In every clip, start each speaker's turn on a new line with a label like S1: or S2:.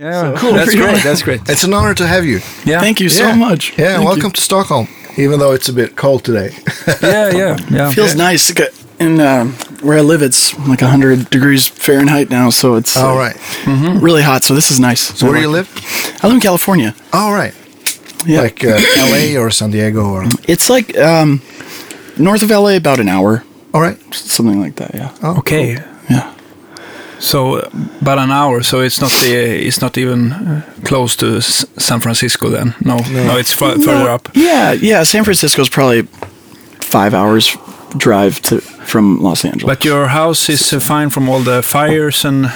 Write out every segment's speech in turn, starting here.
S1: Yeah,
S2: Cool.
S1: That's
S2: for you.
S1: great. That's great.
S3: It's an honor to have you.
S1: Yeah.
S2: Thank you so
S3: Yeah.
S2: much.
S3: Yeah,
S2: Thank you.
S3: welcome to Stockholm. Even though it's a bit cold today.
S1: Yeah, yeah, yeah.
S2: Feels nice. to get- And um, where I live, it's like 100 degrees Fahrenheit now, so it's uh,
S3: All Oh, right.
S2: really hot. So this is nice.
S3: So where do you live?
S2: I live in California.
S3: All right.
S2: Yeah.
S3: Like uh, LA or San Diego or.
S2: It's like um, north of LA, about an hour,
S3: All right.
S2: something like that. Yeah.
S1: Okay.
S2: Yeah.
S1: So uh, about an hour. So it's not the it's not even uh, close to S- San Francisco then. No, no, it's fu- further
S2: No,
S1: up.
S2: Yeah, yeah. San Francisco's probably five hours drive to from Los Angeles.
S1: But your house is uh, fine from all the fires and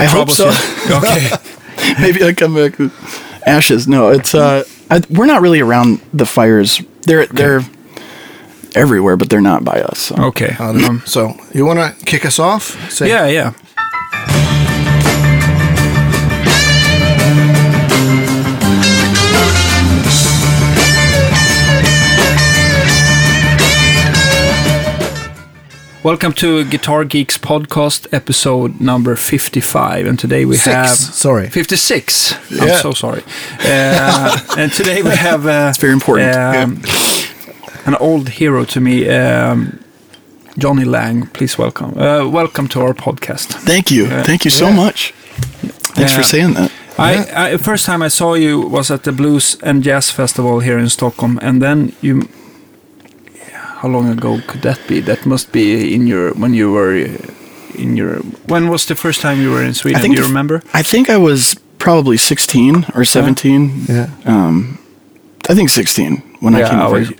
S2: I hope
S1: troubles.
S2: so.
S1: you- okay.
S2: Maybe I come back with ashes. No, it's uh, I, we're not really around the fires. They're they're everywhere, but they're not by us. So.
S1: Okay. Um,
S3: So you want to kick us off? Say,
S1: yeah, yeah. Welcome to Guitar Geeks podcast episode number 55 and today we
S3: Six.
S1: have
S3: Sorry.
S1: 56
S3: Yeah.
S1: I'm so sorry uh, and today we have uh, it's
S2: very important.
S1: an old hero to me um, Johnny Lang please welcome uh, welcome to our podcast
S2: Thank you, thank you so much. Thanks for
S1: Yeah.
S2: saying that.
S1: I, I first time I saw you was at the Blues and Jazz Festival here in Stockholm, and then you. How long ago could that be? That must be in your when you were uh, in your. When was the first time you were in Sweden?
S2: I think
S1: Do you
S2: the f-
S1: remember?
S2: I think I was probably sixteen or seventeen. Um,
S3: Yeah.
S2: I think sixteen when I
S1: yeah,
S2: came
S1: I
S2: over.
S1: was,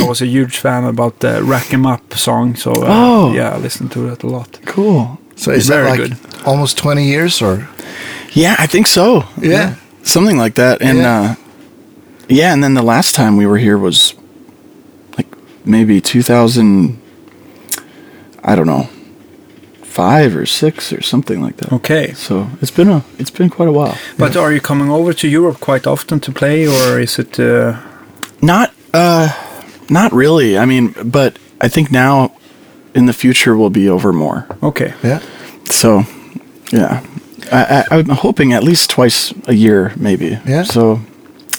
S1: I was a huge fan about the "Rack 'Em Up" song, so uh,
S2: Oh.
S1: yeah, I listened to that a lot.
S2: cool.
S3: So is
S1: Very
S3: that like
S1: good.
S3: almost 20 years or?
S2: Yeah, I think so.
S3: Yeah.
S2: something like that. And
S3: Yeah.
S2: yeah. uh yeah, and then the last time we were here was like maybe 2000 I don't know. 5 or 6 or something like that.
S1: Okay,
S2: So, it's been a it's been quite a while.
S1: but are you coming over to Europe quite often to play, or is it? Uh,
S2: Not uh not really. I mean, but I think now in the future we'll be over more.
S1: okay,
S3: Yeah.
S2: So, yeah. I, I I'm hoping at least twice a year maybe.
S3: Yeah.
S2: So,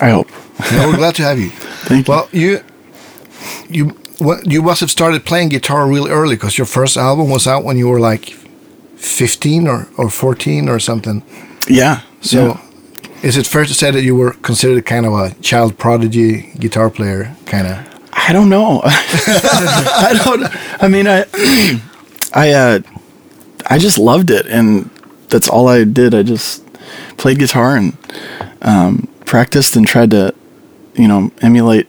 S2: I hope.
S3: Yeah, we're glad to have you.
S2: Thank you.
S3: Well, you, you, what, you must have started playing guitar really early because your first album was out when you were like 15 or, or 14 or something.
S2: Yeah.
S3: So,
S2: yeah.
S3: is it fair to say that you were considered kind of a child prodigy guitar player, kind of?
S2: I don't know. I don't. I mean, I, I, uh, I just loved it, and that's all I did. I just played guitar and um, practiced and tried to, you know, emulate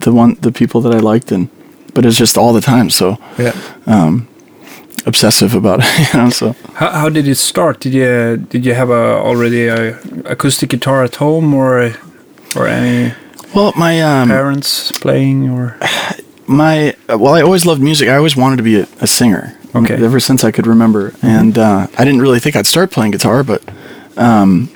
S2: the one the people that I liked, and but it's just all the time. So
S3: Yeah.
S2: obsessive about it, you know. So
S1: How, how did it start? Did you did you have a already a acoustic guitar at home or or any
S2: well, my um,
S1: parents playing or
S2: my well i always loved music i always wanted to be a, a singer
S1: Okay.
S2: ever since i could remember and uh, i didn't really think i'd start playing guitar but um,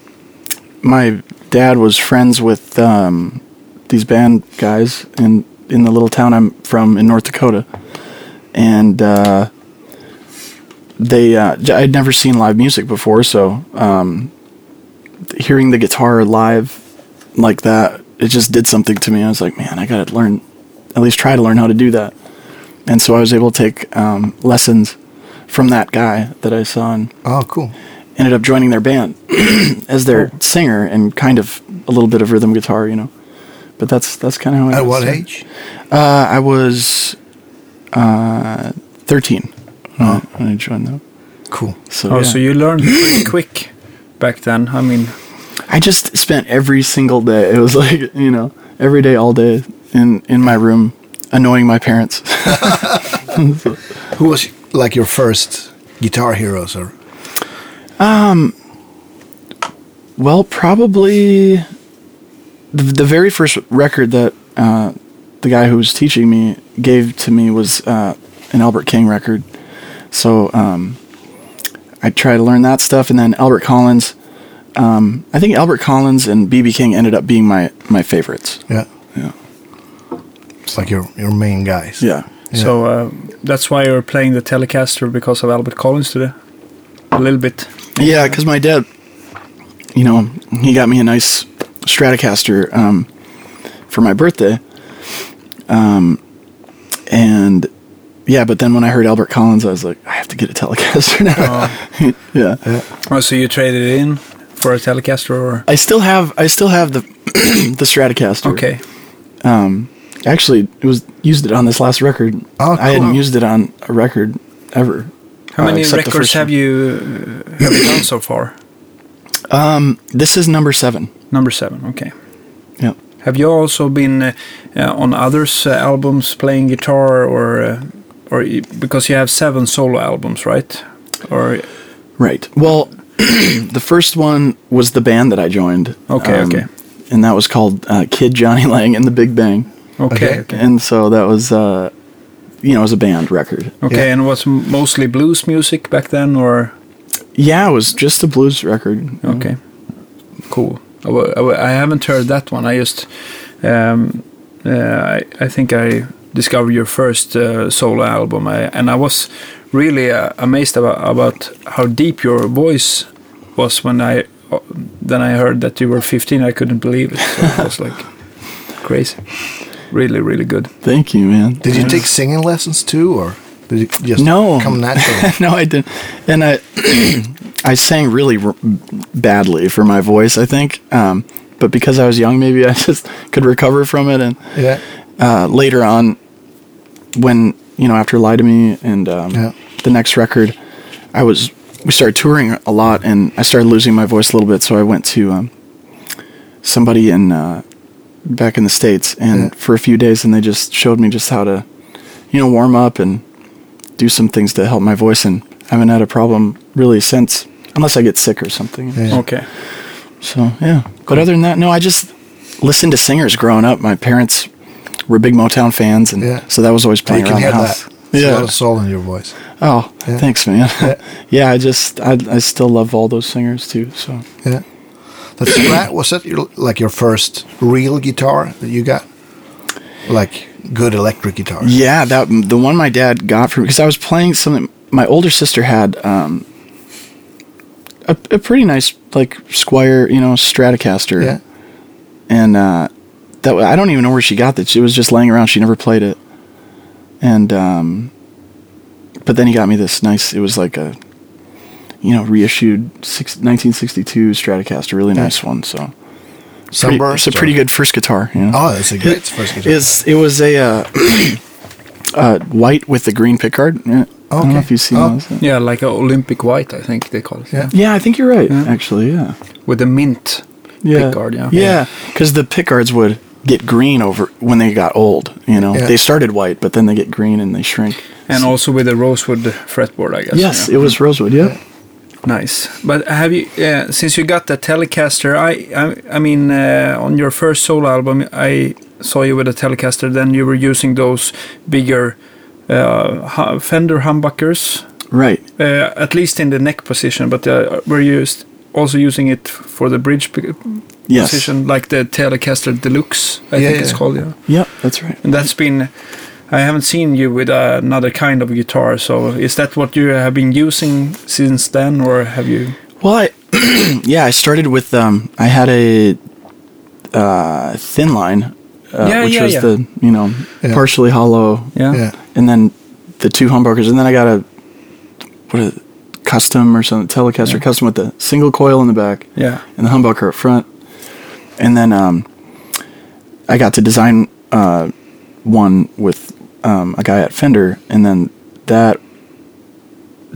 S2: my dad was friends with um, these band guys in, in the little town i'm from in north dakota and uh, they uh, j- i'd never seen live music before so um, hearing the guitar live like that it just did something to me i was like man i gotta learn at least try to learn how to do that and so i was able to take um, lessons from that guy that i saw and
S3: Oh, cool.
S2: ended up joining their band as their singer and kind of a little bit of rhythm guitar you know but that's that's kind of how i
S3: At
S2: got
S3: what
S2: started.
S3: age?
S2: uh, i was uh, 13 when I- when i joined them
S3: Cool.
S2: so,
S1: oh
S2: yeah.
S1: so you learned pretty quick back then. I mean
S2: I just spent every single day. It was like you know, every day, all day, in in my room, annoying my parents.
S3: Who was like your first guitar heroes or?
S2: well, probably the, the very first record that uh, the guy who was teaching me gave to me was uh, an Albert King record. So um, I tried to learn that stuff, and then Albert Collins. Um, I think Albert Collins and BB King ended up being my my favorites.
S3: Yeah.
S2: Yeah.
S3: It's like your, your main guys.
S2: Yeah.
S1: so uh, that's why you're playing the Telecaster because of Albert Collins today. A little bit.
S2: Yeah, because my dad you know, he got me a nice Stratocaster um, for my birthday. Um, and yeah, but then when I heard Albert Collins, I was like, I have to get a Telecaster now.
S1: Uh-huh.
S2: yeah.
S1: Oh, so you traded it in for a Telecaster or?
S2: I still have I still have the the Stratocaster.
S1: Okay.
S2: Actually, it was used it on this last record.
S3: Oh,
S2: I hadn't
S3: cool.
S2: used it on a record ever.
S1: How
S2: uh,
S1: many
S2: except the
S1: records
S2: first
S1: have
S2: one.
S1: you uh, have you done so far?
S2: This is number seven.
S1: Number seven. Okay.
S2: Yeah.
S1: Have you also been uh, uh, on others' uh, albums playing guitar or uh, or y- because you have seven solo albums, right? Or
S2: Right. Well, the first one was the band that I joined. um,
S1: Okay, okay.
S2: And that was called uh, Kid Johnny Lang and the Big Bang.
S1: okay, okay,
S3: Okay.
S1: okay.
S2: And so that was, uh, you know, it was a band record.
S3: Yeah.
S1: And it was m- mostly blues music back then, or
S2: Yeah, it was just a blues record.
S3: Oh. Mm.
S1: okay, cool. I w- I, w- I haven't heard that one. I just um, uh, I I think I discovered your first uh, solo album, I, and I was really uh, amazed about about how deep your voice was when I. uh, Then I heard that you were 15. I couldn't believe it. So it was like crazy. Really, really good.
S2: Thank you, man.
S3: Did you take singing lessons too, or did it just
S2: No.
S3: come naturally?
S2: no, I didn't. And I, I sang really r- badly for my voice, I think. Um, but because I was young, maybe I just could recover from it. And
S3: yeah.
S2: uh, later on, when you know after "Lie to Me" and um,
S3: Yeah.
S2: the next record, I was we started touring a lot, and I started losing my voice a little bit. So I went to um, somebody in uh, back in the states, and
S3: Yeah.
S2: for a few days, and they just showed me just how to, you know, warm up and do some things to help my voice, and I haven't had a problem really since, unless I get sick or something.
S3: Yeah.
S1: Okay.
S2: So yeah, but other than that, no, I just listened to singers growing up. My parents were big Motown fans, and
S3: Yeah.
S2: so that was always
S3: You
S2: playing
S3: can
S2: around
S3: hear
S2: the
S3: that.
S2: house.
S3: There's a lot
S2: Yeah.
S3: of soul in your voice.
S2: Oh,
S3: Yeah.
S2: thanks, man. Yeah. I just I, I still love all those singers too. So
S3: Yeah. The Strat was that your, like your first real guitar that you got? Like good electric guitar.
S2: yeah, that the one my dad got for me because I was playing something. My older sister had um, a a pretty nice like Squire, you know, Stratocaster.
S3: Yeah.
S2: and uh, that I don't even know where she got that. It was just laying around. She never played it, and um, but then he got me this nice. It was like a you know reissued six, 1962 Stratocaster, really nice one. So pretty,
S3: Sunburst.
S2: it's a pretty
S3: or-
S2: good first guitar. You know?
S3: Oh, that's a great first guitar.
S2: It's it was a uh, uh, white with the green pickguard. Yeah. I don't know
S3: Okay.
S2: if you've seen
S3: Oh.
S2: those.
S1: Yeah, like a Olympic white, I think they call it.
S3: Yeah.
S2: Yeah, I think you're right. Actually, yeah.
S1: With a mint
S2: yeah.
S1: pickguard. Yeah.
S2: Yeah, because the pickguards would get green over when they got old. You know,
S3: Yeah.
S2: they started white, but then they get green and they shrink.
S1: And also with a rosewood fretboard, I guess.
S2: yes,
S1: yeah.
S2: it was rosewood. Yeah.
S1: Nice, but have you uh, since you got the Telecaster? I I, I mean, uh, on your first solo album, I saw you with a Telecaster. Then you were using those bigger uh, hu- Fender humbuckers,
S2: right.
S1: uh, at least in the neck position. But uh, were you st- also using it for the bridge p-
S2: Yes.
S1: position, like the Telecaster Deluxe? I
S3: Yeah,
S1: think it's
S3: yeah.
S1: called. Yeah,
S2: Yep, that's right.
S1: and that's been. I haven't seen you with uh, another kind of guitar. So is that what you have been using since then, or have you?
S2: Well, I, yeah, I started with um, I had a uh, thin line, uh,
S1: Yeah,
S2: which
S1: yeah,
S2: was
S1: yeah.
S2: the you know
S3: Yeah.
S2: partially hollow,
S3: yeah.
S2: and then the two humbuckers, and then I got a what a custom or something Telecaster custom with the single coil in the back.
S1: Yeah.
S2: and the humbucker up front. And then um, I got to design uh, one with um, a guy at Fender, and then that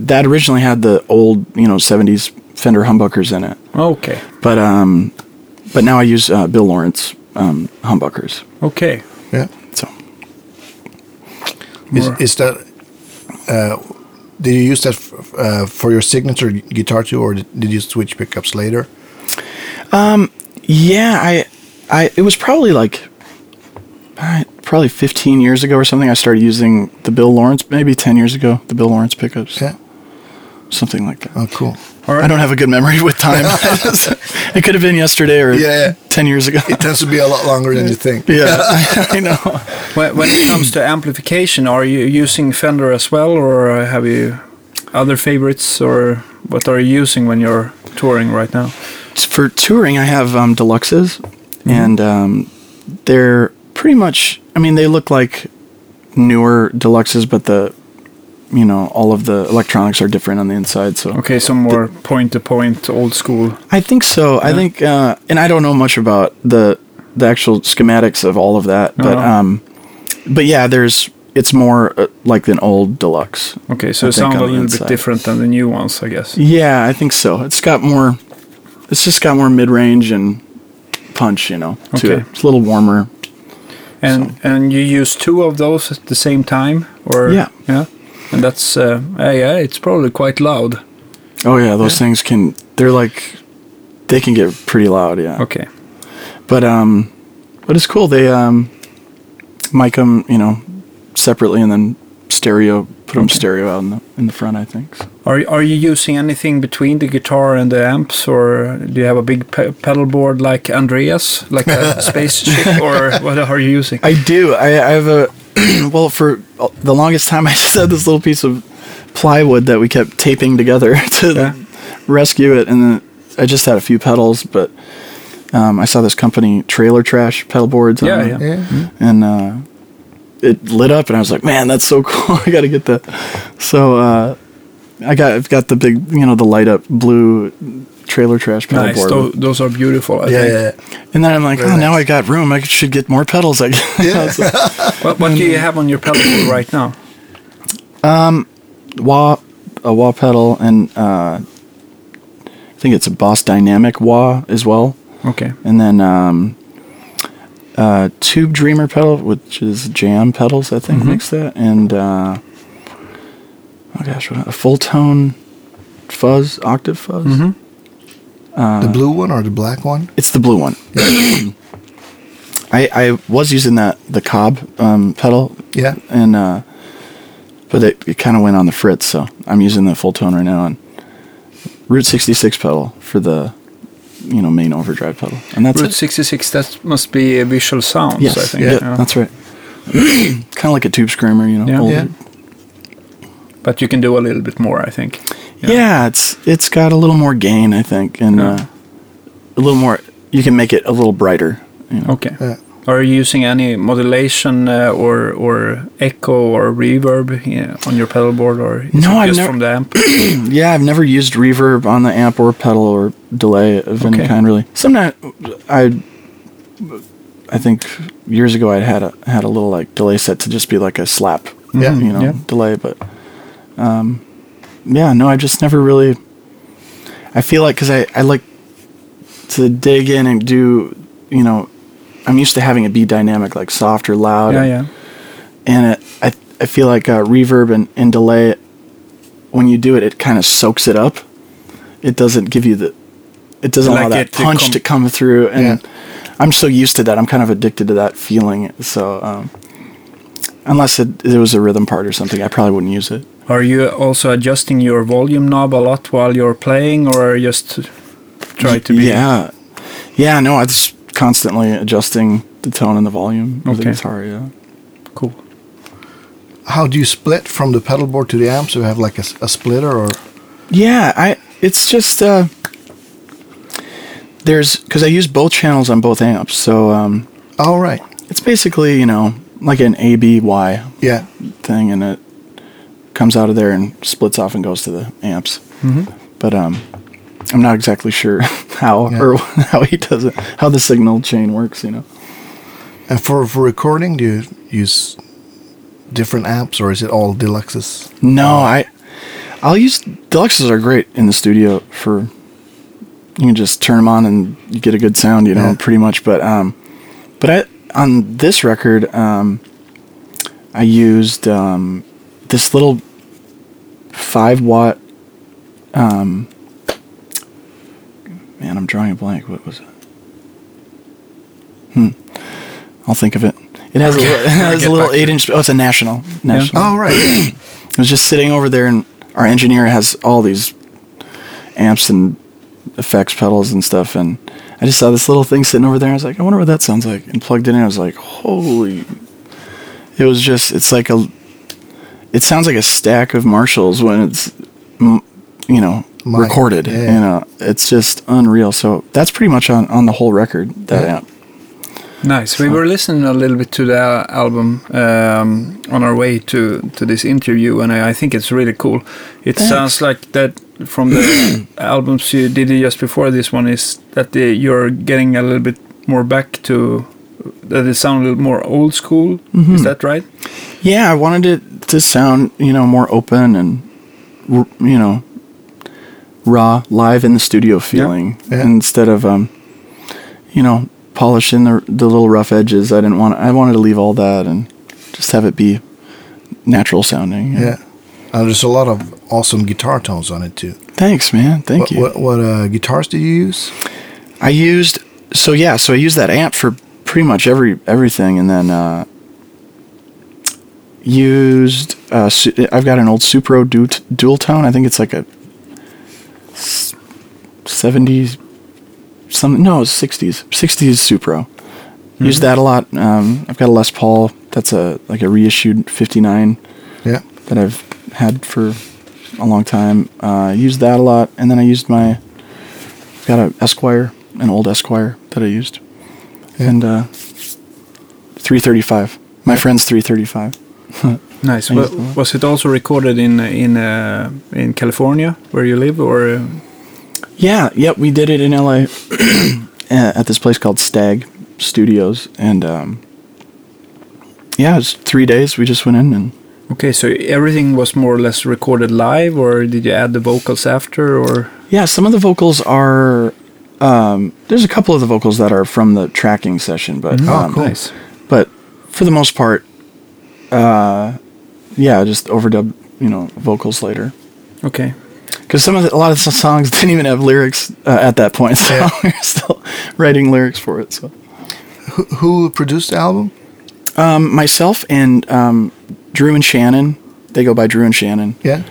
S2: that originally had the old you know '70s Fender humbuckers in it,
S1: Okay.
S2: but um, but now I use uh, Bill Lawrence um, humbuckers.
S1: Okay.
S3: Yeah.
S2: So
S3: Is,
S1: More.
S3: is that? Uh, did you use that f- uh, for your signature gu- guitar too, or did, did you switch pickups later?
S2: yeah, I I it was probably like. I- Probably 15 years ago or something, I started using the Bill Lawrence. Maybe 10 years ago, the Bill Lawrence pickups,
S3: Yeah.
S2: something like that.
S3: Oh, cool.
S1: All right.
S2: I don't have a good memory with time. it could have been yesterday or
S3: Yeah.
S2: 10 years ago.
S3: It tends to be a lot longer than you think.
S2: yeah, I know.
S1: When, when it comes to amplification, are you using Fender as well, or uh, have you other favorites, or what are you using when you're touring right now?
S2: for touring, I have um, deluxes, and um, they're pretty much. I mean, they look like newer deluxes, but the you know all of the electronics are different on the inside. So
S1: Okay, some more point to point, old school.
S2: I think so. I think, uh, and I don't know much about the the actual schematics of all of that, but
S1: No.
S2: um, but yeah, there's it's more uh, like an old deluxe.
S1: Okay, so
S2: I
S1: it
S2: think
S1: sounds a
S2: on the
S1: little
S2: inside.
S1: bit different than the new ones, I guess.
S2: Yeah, I think so. It's got more. It's just got more mid range and punch, you know. To
S1: Okay.
S2: it. It's a little warmer.
S1: And and you use two of those at the same time, or
S2: Yeah.
S1: yeah, and that's uh, yeah, yeah, it's probably quite loud.
S2: Oh yeah, those things can. They're like, they can get pretty loud. Yeah.
S1: Okay,
S2: But um, but it's cool. They um, mic them, you know, separately and then stereo. Put them stereo out in the in the front. I think. So.
S1: are are you using anything between the guitar and the amps, or do you have a big pe- pedal board like Andreas, like a spaceship, or what are you using?
S2: I do. I, I have a well for the longest time. I just had this little piece of plywood that we kept taping together to
S1: Yeah.
S2: rescue it, and then I just had a few pedals. But um, I saw this company Trailer Trash pedal boards.
S1: Yeah,
S2: on,
S1: yeah.
S3: Yeah.
S2: and uh, it lit up, and I was like, "Man, that's so cool! I got to get that." So uh, I got I've got the big, you know, the light up blue Trailer Trash pedal
S1: nice,
S2: board.
S1: tho- those are beautiful. I
S3: Yeah,
S1: think.
S3: yeah,
S2: and then I'm like,
S3: Very
S2: "Oh, now
S3: nice.
S2: I got room. I should get more pedals." I guess.
S1: What, what do you have on your pedal board
S2: Mm-hmm.
S1: right now?
S2: wah a wah pedal and uh, I think it's a Boss Dynamic wah as well,
S1: Okay,
S2: and then um, uh, Tube Dreamer pedal, which is jam pedals I think makes that, and uh, oh gosh, what, a full tone fuzz octave fuzz.
S1: Mm-hmm.
S3: the
S2: Uh,
S3: blue one or the black one?
S2: It's the blue one. I I was using that the Cobb um, pedal,
S3: Yeah.
S2: and uh, but it, it kind of went on the fritz, so I'm using the full tone right now on Route 66 pedal for the you know main overdrive pedal, and that's
S1: Route
S2: it.
S1: 66. That must be a Visual Sounds.
S2: Yes,
S1: I think.
S2: yeah, that's right. kind of like a tube screamer, you know.
S1: Yeah.
S2: older.
S3: Yeah.
S1: but you can do a little bit more. I think.
S2: Yeah. it's it's got a little more gain, I think, and
S1: Yeah.
S2: uh, a little more. You can make it a little brighter. You know?
S1: Okay.
S3: Yeah.
S1: Are you using any modulation uh, or or echo or reverb yeah, on your pedal board or is
S2: No,
S1: it
S2: I've
S1: just
S2: never-
S1: from the amp? Mm.
S2: Yeah, I've never used reverb on the amp or pedal or delay of any
S1: Okay.
S2: kind really. Sometimes I, I think years ago I had a had a little like delay set to just be like a slap,
S3: Yeah.
S2: you know,
S1: Yeah.
S2: delay. But um, yeah, no, I just never really. I feel like because I I like to dig in and do you know, I'm used to having it be dynamic like soft or loud.
S1: Yeah,
S2: and-
S1: yeah.
S2: and it, I I feel like uh, reverb and, and delay when you do it, it kind of soaks it up. It doesn't give you the it doesn't allow
S1: Like
S2: that
S1: it to
S2: punch
S1: come-
S2: to come through, and I'm so used to that. I'm kind of addicted to that feeling. So um, unless it there was a rhythm part or something, I probably wouldn't use it.
S1: Are you also adjusting your volume knob a lot while you're playing or just try to be
S2: Yeah, yeah. No, I just constantly adjusting the tone and the volume of the
S1: Okay.
S2: guitar. Yeah.
S1: cool?
S3: How do you split from the pedal board to the amp? So you have like a, s- a splitter or
S2: Yeah, I it's just uh there's cuz I use both channels on both amps. So um
S3: Oh right.
S2: it's basically, you know, like an ABY
S3: Yeah.
S2: thing and it comes out of there and splits off and goes to the amps. But um I'm not exactly sure how
S3: Yeah.
S2: or how he does it, how the signal chain works, you know.
S3: And for, for recording, do you use different amps or is it all deluxes?
S2: No, I I'll use deluxes are great in the studio for you can just turn them on and you get a good sound, you know,
S3: Yeah.
S2: pretty much. But um, but I on this record, um, I used um this little five watt um man, I'm drawing a blank. What was it? Hmm. I'll think of it. It has a little, it has a little eight inch. Oh, it's a national. National.
S3: Oh right.
S2: It was just sitting over there, and our engineer has all these amps and effects pedals and stuff. And I just saw this little thing sitting over there. And I was like, I wonder what that sounds like. And plugged it in. I was like, holy! It was just. It's like a. It sounds like a stack of Marshalls when it's, m- you know,
S3: mic.
S2: recorded.
S3: Yeah.
S2: You know, it's just unreal. So that's pretty much on, on the whole record. That
S3: Yeah.
S2: amp.
S1: Nice. We were listening a little bit to the album um, on our way to, to this interview, and I, I think it's really cool. It
S2: Thanks.
S1: sounds like that from the albums you did just before this one is that the, you're getting a little bit more back to that it sound a little more old school.
S2: Mm-hmm.
S1: Is that right?
S2: Yeah, I wanted it to sound, you know, more open and, r- you know, raw, live in the studio feeling
S3: Yeah.
S2: instead of, um, you know, polishing the the little rough edges. I didn't want. I wanted to leave all that and just have it be natural sounding.
S3: Yeah. And there's a lot of awesome guitar tones on it too.
S2: Thanks, man. Thank
S3: what
S2: you.
S3: what, what uh, guitars do you use?
S2: I used so yeah, so I used that amp for pretty much every everything, and then uh, used. Uh, su- I've got an old Supro du- dual tone. I think it's like a s- 70s, something. No, it's 60s, 60s Supro. Used that a lot. Um, I've got a Les Paul. That's a like a reissued 59
S3: Yeah.
S2: that I've had for a long time. Uh, I used that a lot, and then I used my got a Esquire, an old Esquire that I used, and uh, 335. My friend's 335.
S1: Nice.
S2: Thanks
S1: Wa- was it also recorded in in uh, in California where you live, or uh,
S2: Yeah, yep, we did it in LA uh, at this place called Stag Studios, and um, yeah, it was three days. We just went in and
S1: okay? So everything was more or less recorded live, or did you add the vocals after, or?
S2: Yeah, some of the vocals are. Um, there's a couple of the vocals that are from the tracking session, but
S3: Oh,
S2: um,
S3: cool.
S1: Nice.
S2: But for the most part, uh, yeah, just overdub you know vocals later
S1: Okay.
S2: because some of the, a lot of the songs didn't even have lyrics uh, at that point, so
S3: Yeah.
S2: we're still writing lyrics for it. So
S3: Who, who produced the album?
S2: um, myself and um, Drew and Shannon, they go by Drew and Shannon.
S3: Yeah.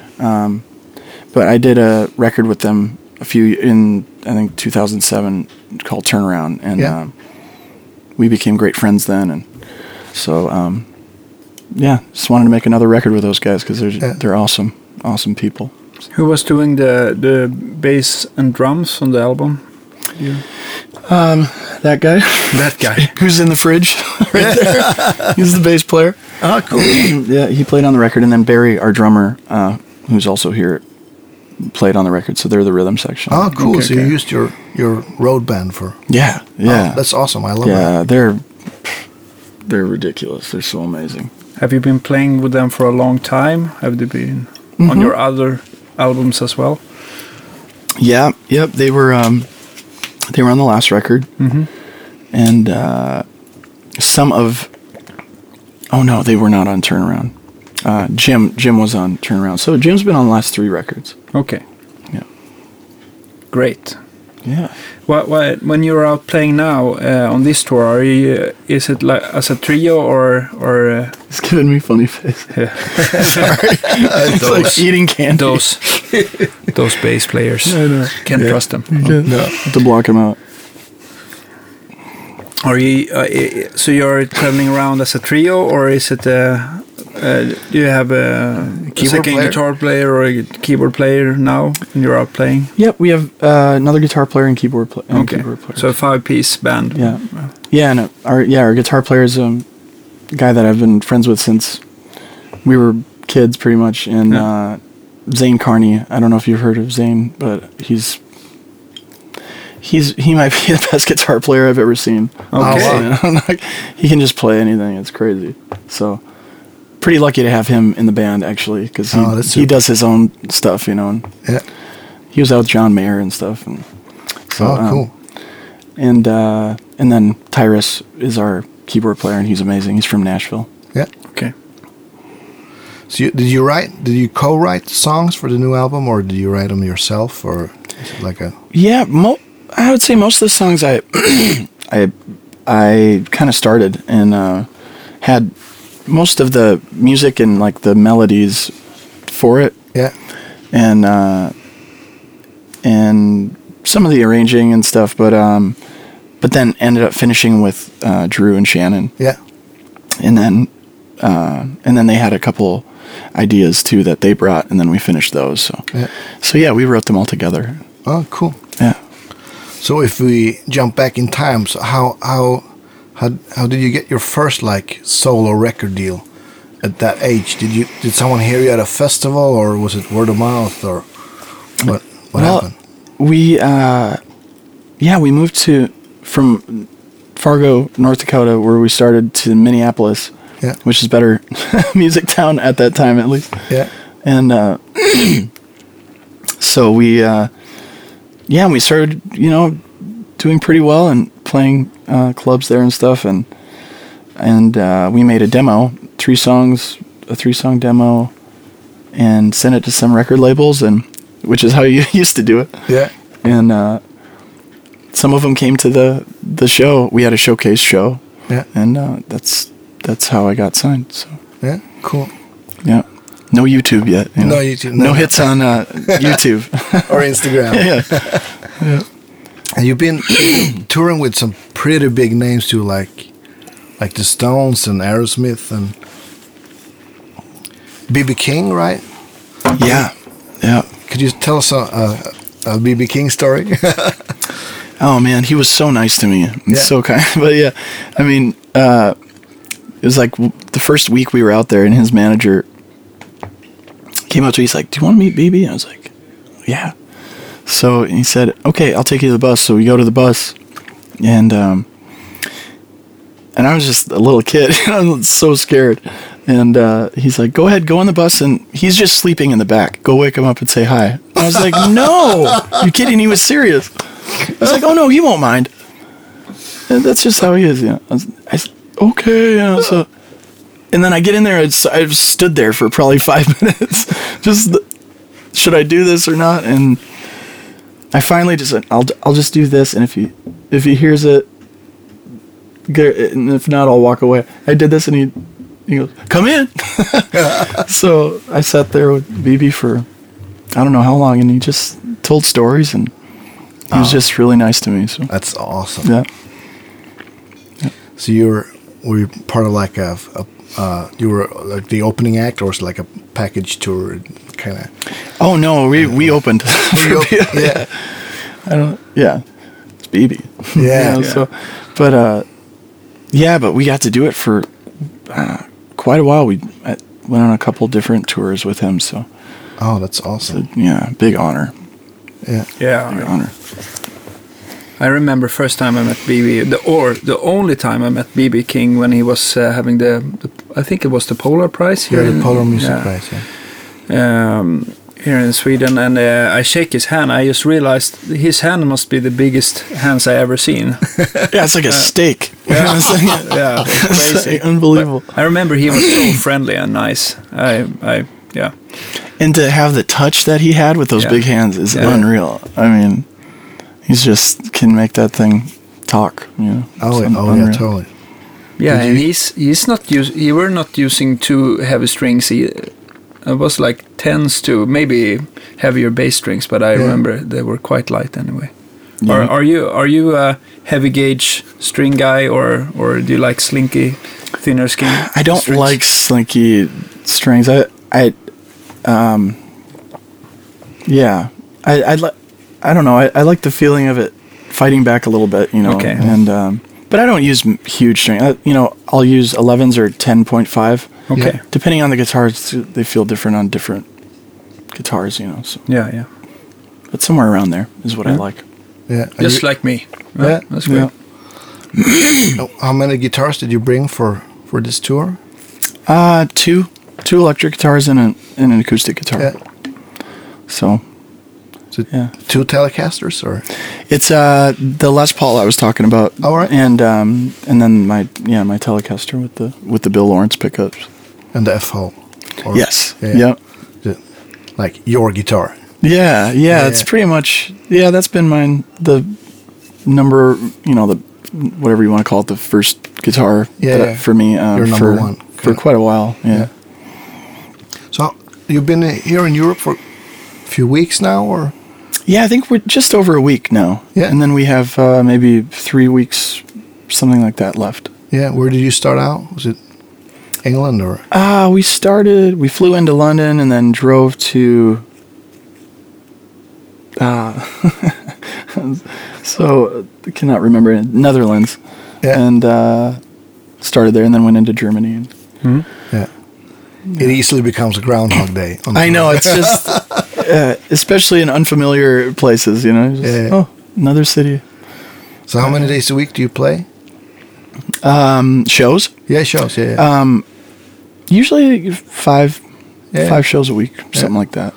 S2: but I did a record with them a few in I think 2007 called Turnaround, and
S3: Yeah.
S2: um, we became great friends then. And so, um, yeah, just wanted to make another record with those guys because they're
S3: Yeah.
S2: they're awesome, awesome people.
S1: Who was doing the the bass and drums on the album?
S2: That guy
S1: That guy.
S2: who's in the fridge, right there, he's the bass player.
S3: Oh, cool.
S2: yeah, he played on the record, and then Barry, our drummer, uh, who's also here, played on the record. So they're the rhythm section.
S3: Oh, cool.
S1: Okay,
S3: so you
S1: okay.
S3: used your your road band for.
S2: yeah, yeah,
S3: Oh, that's awesome. I love that.
S2: yeah. They're they're ridiculous. They're so amazing.
S1: Have you been playing with them for a long time? Have they been on your other albums as well?
S2: Yeah, yep. They were um, they were on the last record,
S1: Mhm.
S2: and uh, some of oh no, they were not on Turnaround. Uh, Jim Jim was on Turnaround, so Jim's been on the last three records.
S1: Okay.
S2: Yeah,
S1: Great.
S2: yeah.
S1: Why, why, when you're out playing now uh, on this tour, are you, uh, is it like as a trio or or uh,
S2: He's giving me funny face. It's like eating candy.
S1: those those bass players? Can't trust them.
S2: Mm-hmm. no. To block him out.
S1: Are you uh, i- so you're traveling around as a trio, or is it? Uh, uh, do you have a
S3: Keyboard
S1: second
S3: player?
S1: guitar player or a keyboard player now, and you're out playing?
S2: Yep, we have uh, another guitar player and keyboard, pla- and
S1: okay,
S2: keyboard player.
S1: so a five-piece band.
S2: Yeah, yeah, and uh, our yeah our guitar player is um, a guy that I've been friends with since we were kids, pretty much. And
S1: Yeah.
S2: uh, Zane Carney, I don't know if you've heard of Zane, but he's he's he might be the best guitar player I've ever seen.
S3: Oh,
S1: Okay.
S2: Honestly, like, he can just play anything; it's crazy. So pretty lucky to have him in the band actually, because he,
S3: Oh, that's
S2: he
S3: super.
S2: does his own stuff, you know. And
S3: Yeah.
S2: he was out with John Mayer and stuff, and so
S3: oh,
S2: um,
S3: cool.
S2: and uh, and then Tyrus is our keyboard player, and he's amazing. He's from Nashville.
S3: Yeah.
S1: Okay.
S3: So you, did you write? Did you co-write songs for the new album, or did you write them yourself, or is it like a?
S2: Yeah, mo- I would say most of the songs I I I kind of started and uh, had most of the music and like the melodies for it,
S3: Yeah.
S2: and uh, and some of the arranging and stuff, but um, but then ended up finishing with uh, Drew and Shannon.
S3: Yeah.
S2: and then uh, and then they had a couple ideas too that they brought, and then we finished those. So,
S3: Yeah.
S2: so yeah, we wrote them all together.
S3: Oh, cool.
S2: Yeah.
S3: So if we jump back in time, so how how how how did you get your first like solo record deal at that age? Did you did someone hear you at a festival or was it word of mouth or what what happened?
S2: We, uh, yeah, we moved to from Fargo, North Dakota, where we started, to Minneapolis,
S3: Yeah.
S2: which is better music town at that time, at least.
S3: Yeah.
S2: And uh, so we, uh, yeah, we started, you know, doing pretty well and playing uh, clubs there and stuff, and and uh, we made a demo, three songs, a three song demo, and sent it to some record labels, and which is how you used to do it
S3: Yeah.
S2: and uh, some of them came to the the show. We had a showcase show,
S3: Yeah.
S2: and uh, that's that's how I got signed. So
S3: Yeah. Cool.
S2: yeah, no YouTube yet. you
S3: No
S2: know.
S3: YouTube,
S2: No,
S3: no.
S2: hits on uh, YouTube.
S3: Or Instagram.
S2: yeah,
S3: And you've been touring with some pretty big names too, like like the Stones and Aerosmith and BB King, right?
S2: yeah, yeah.
S3: Could you tell us a, a, a BB King story?
S2: Oh man, he was so nice to me. and
S3: Yeah.
S2: So kind. But yeah, I mean, uh, it was like w- the first week we were out there, and his manager came up to me. He's like, "Do you want to meet BB?" And I was like, "Yeah." So he said, "Okay, I'll take you to the bus." So we go to the bus, and um, and I was just a little kid. I was so scared. And uh, he's like, "Go ahead, go on the bus." And he's just sleeping in the back. Go wake him up and say hi. And I was like, "No, you kidding?" He was serious. He's like, oh no, he won't mind. And that's just how he is, you know. I was, I s- okay, yeah. So, and then I get in there. It's, I've stood there for probably five minutes. just the- should I do this or not? And I finally just said, I'll I'll just do this. And if he if he hears it, good. And if not, I'll walk away. I did this, and he he goes, come in. so I sat there with BB for I don't know how long, and he just told stories and. He was just really nice to me. So
S3: That's awesome.
S2: yeah,
S3: So you were were you part of like a, a uh, you were like the opening act, or was it like a package tour kind of?
S2: Oh no, we we opened.
S3: yeah,
S2: yeah, it's BB.
S3: Yeah.
S2: You know, So, but uh, yeah, but we got to do it for uh, quite a while. We I went on a couple different tours with him. So
S3: Oh, that's awesome.
S2: yeah, big honor.
S3: Yeah,
S2: Big
S1: Yeah.
S2: honor.
S1: I remember first time I met BB, the, or the only time I met BB King when he was uh, having the, the, I think it was the Polar Prize here.
S3: yeah, the
S1: in-
S3: Polar Music
S1: yeah.
S3: Prize. Yeah.
S1: um, here in Sweden, and uh, I shake his hand. I just realized his hand must be the biggest hands I ever seen.
S2: Yeah, it's like a steak.
S1: yeah.
S2: It's like-
S1: yeah,
S2: it's like
S1: crazy.
S2: unbelievable.
S1: I remember he was so friendly and nice. I, I, yeah,
S2: and to have the touch that he had with those
S1: Yeah.
S2: big hands is
S1: Yeah.
S2: unreal. I mean, he's just can make that thing talk. You know.
S3: Oh,
S2: It's
S3: yeah, oh yeah,
S2: unreal.
S3: totally.
S1: yeah.
S3: Did
S1: and
S3: you-
S1: he's he's not use. He were not using too heavy strings. He, it was like tens to maybe heavier bass strings, but I
S3: Yeah.
S1: remember they were quite light anyway. Are,
S2: Yeah.
S1: are you are you a heavy gauge string guy or or do you like slinky, thinner skin?
S2: I don't
S1: strings?
S2: like slinky strings. I I um yeah. I I li- I don't know. I, I like the feeling of it fighting back a little bit, you know.
S1: Okay.
S2: And um but I don't use m- huge string. I, you know, I'll use 11s or 10.5.
S1: Okay.
S3: Yeah.
S2: Depending on the guitars, they feel different on different guitars, you know. So,
S1: Yeah, yeah.
S2: but somewhere around there is what I like.
S3: Yeah, Are
S1: Just
S3: you-
S1: like me.
S3: Yeah,
S1: that's great.
S2: yeah.
S3: oh, how many guitars did you bring for for this tour?
S2: Uh two two electric guitars and an and an acoustic guitar.
S3: Yeah,
S2: So,
S3: so
S2: yeah.
S3: two Telecasters or
S2: It's uh the Les Paul I was talking about.
S3: Oh, All right.
S2: And um and then my yeah my Telecaster with the with the Bill Lawrence pickups.
S3: and the FO. Or,
S2: yes.
S3: yeah.
S2: Yep.
S3: The- like your guitar.
S2: Yeah. Yeah.
S3: Yeah,
S2: It's
S3: yeah.
S2: pretty much yeah. That's been mine. The number you know the whatever you want to call it the first guitar.
S3: Yeah,
S2: that-
S3: yeah.
S2: For me, um,
S3: Your number
S2: for,
S3: one.
S2: for quite a while.
S3: Yeah.
S2: Yeah.
S3: So you've been here in Europe for a few weeks now, or
S2: Yeah. I think we're just over a week now.
S3: Yeah.
S2: And then we have uh, maybe three weeks, something like that left.
S3: yeah, where did you start out? Was it England or
S2: Uh, we started, we flew into London and then drove to. Uh, so, I cannot remember, it, Netherlands.
S3: Yeah.
S2: And uh, started there and then went into Germany. And
S3: yeah. It easily becomes a Groundhog Day. on
S2: I know,
S3: tour.
S2: it's just, uh, especially in unfamiliar places, you know? just,
S3: Yeah, yeah.
S2: Oh, another city.
S3: So how many days a week do you play?
S2: Um, shows?
S3: Yeah, shows. Yeah, yeah.
S2: Um, usually five,
S3: Yeah.
S2: five shows a week, something like that.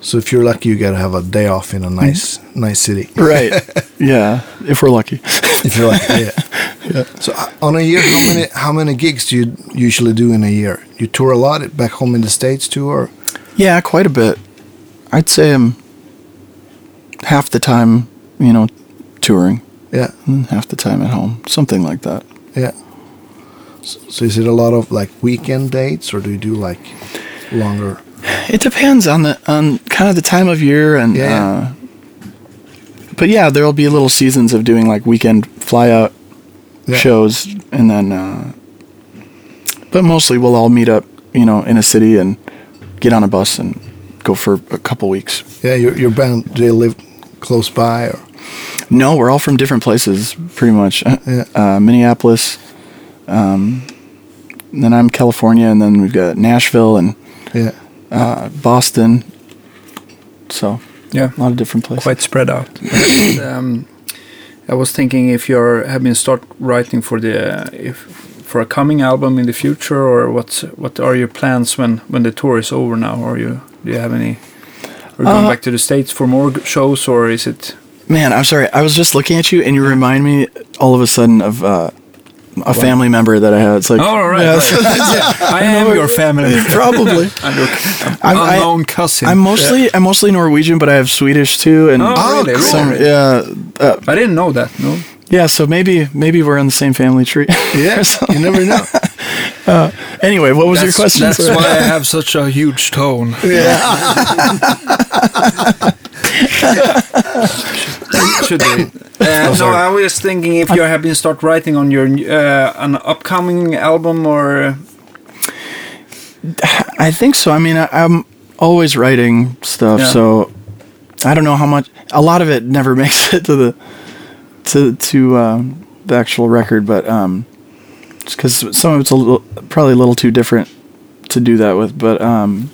S3: so if you're lucky, you gotta have a day off in a nice,
S2: Mm-hmm.
S3: nice city.
S2: Right. yeah, if we're lucky.
S3: If you're lucky, yeah. So uh, on a year, how many how many gigs do you usually do in a year? You tour a lot back home in the states too, or
S2: Yeah, quite a bit. I'd say I'm half the time, you know, touring,
S3: yeah,
S2: and half the time at home, something like that.
S3: yeah. So, so is it a lot of like weekend dates, or do you do like longer?
S2: It depends on the on kind of the time of year and
S3: Yeah, yeah.
S2: uh but yeah, there'll be little seasons of doing like weekend fly out
S3: Yeah.
S2: shows and then uh but mostly we'll all meet up, you know, in a city and get on a bus and go for a couple weeks.
S3: Yeah, your your band do they live close by or
S2: No, we're all from different places, pretty much.
S3: Yeah.
S2: Uh, Minneapolis, um, then I'm California, and then we've got Nashville and
S3: yeah?
S2: uh, Boston. So
S1: Yeah.
S2: a lot of different places.
S1: quite spread out. And, um, I was thinking if you're have been start writing for the uh, if for a coming album in the future, or what's what are your plans when when the tour is over now? Or you do you have any? Or
S2: Uh,
S1: going back to the states for more g- shows, or is it?
S2: Man, I'm sorry. I was just looking at you, and you remind me all of a sudden of uh, a family member that I had. It's like,
S1: Oh, all right.
S2: Yeah,
S1: right. I am your family.
S2: probably.
S1: I'm your
S2: I'm- I-
S1: unknown cousin.
S2: I'm mostly I'm mostly Norwegian, but I have Swedish too, and
S1: Oh,
S3: Oh,
S1: really?
S3: cool.
S1: really?
S2: yeah, uh,
S1: I didn't know that. No.
S2: yeah. So maybe maybe we're on the same family tree.
S3: Yeah, you never know.
S2: anyway, what was
S1: that's,
S2: your question?
S1: That's
S2: sir?
S1: why I have such a huge tone. Should we? Uh, no,
S3: sorry.
S1: I was thinking if you have been start writing on your uh, an upcoming album or
S2: I think so. I mean, I, I'm always writing stuff,
S1: Yeah.
S2: so I don't know how much. A lot of it never makes it to the to to um, the actual record, but um, because some of it's a little, probably a little too different to do that with. But um,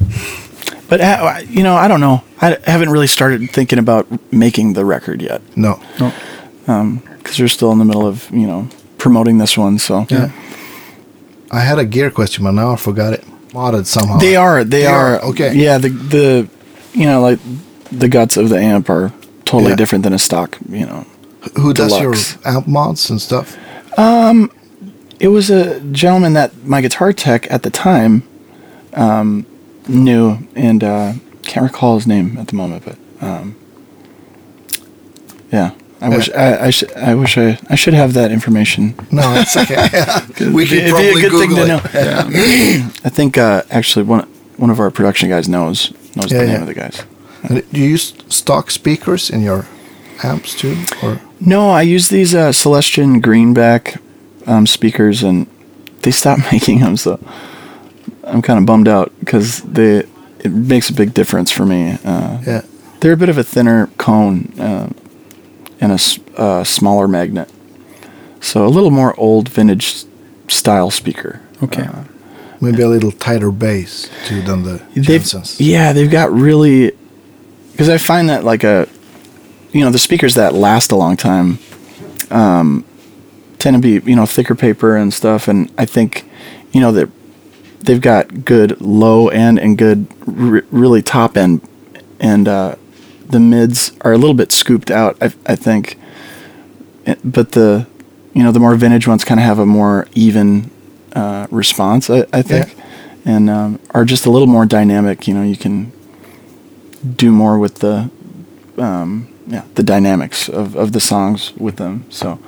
S2: but uh, you know, I don't know. I haven't really started thinking about making the record yet
S3: No,
S1: no.
S2: because we're still in the middle of you know promoting this one. So
S3: Yeah. I had a gear question, but now I forgot it. Modded somehow.
S2: They are. They,
S3: They
S2: are,
S3: are, okay.
S2: Yeah. The the you know like the guts of the amp are totally
S3: Yeah.
S2: different than a stock. You know,
S3: Who does
S2: Deluxe.
S3: your amp mods and stuff?
S2: it was a gentleman that my guitar tech at the time um, knew, and uh, can't recall his name at the moment, but um, yeah. I wish I, I, sh- I wish I, I should have that information.
S3: No, it's okay. we
S2: It'd be-
S3: could
S2: it'd be
S3: probably
S2: a good thing
S3: Google
S2: to
S3: it.
S2: know. I think uh, actually one one of our production guys knows knows
S3: Yeah,
S2: the name
S3: yeah.
S2: of the guys.
S3: And Do you use stock speakers in your amps too, or
S2: No, I use these uh, Celestian Greenback um, speakers, and they stopped making them, so I'm kind of bummed out because they it makes a big difference for me. Uh,
S3: yeah?
S2: They're a bit of a thinner cone uh, and a s- uh, smaller magnet, so a little more old vintage s- style speaker.
S1: Okay.
S2: Uh,
S3: Maybe a little tighter bass too than the
S2: They've-
S3: Jansons.
S2: yeah, they've got really because I find that like a you know the speakers that last a long time um, tend to be you know thicker paper and stuff, and I think you know that they've got good low end and good r- really top end, and uh, the mids are a little bit scooped out. I, I think, Eh, but the you know the more vintage ones kind of have a more even uh, response. I, I think.
S3: Yeah.
S2: And um, are just a little more dynamic. You know, you can do more with the um, yeah the dynamics of, of the songs with them. So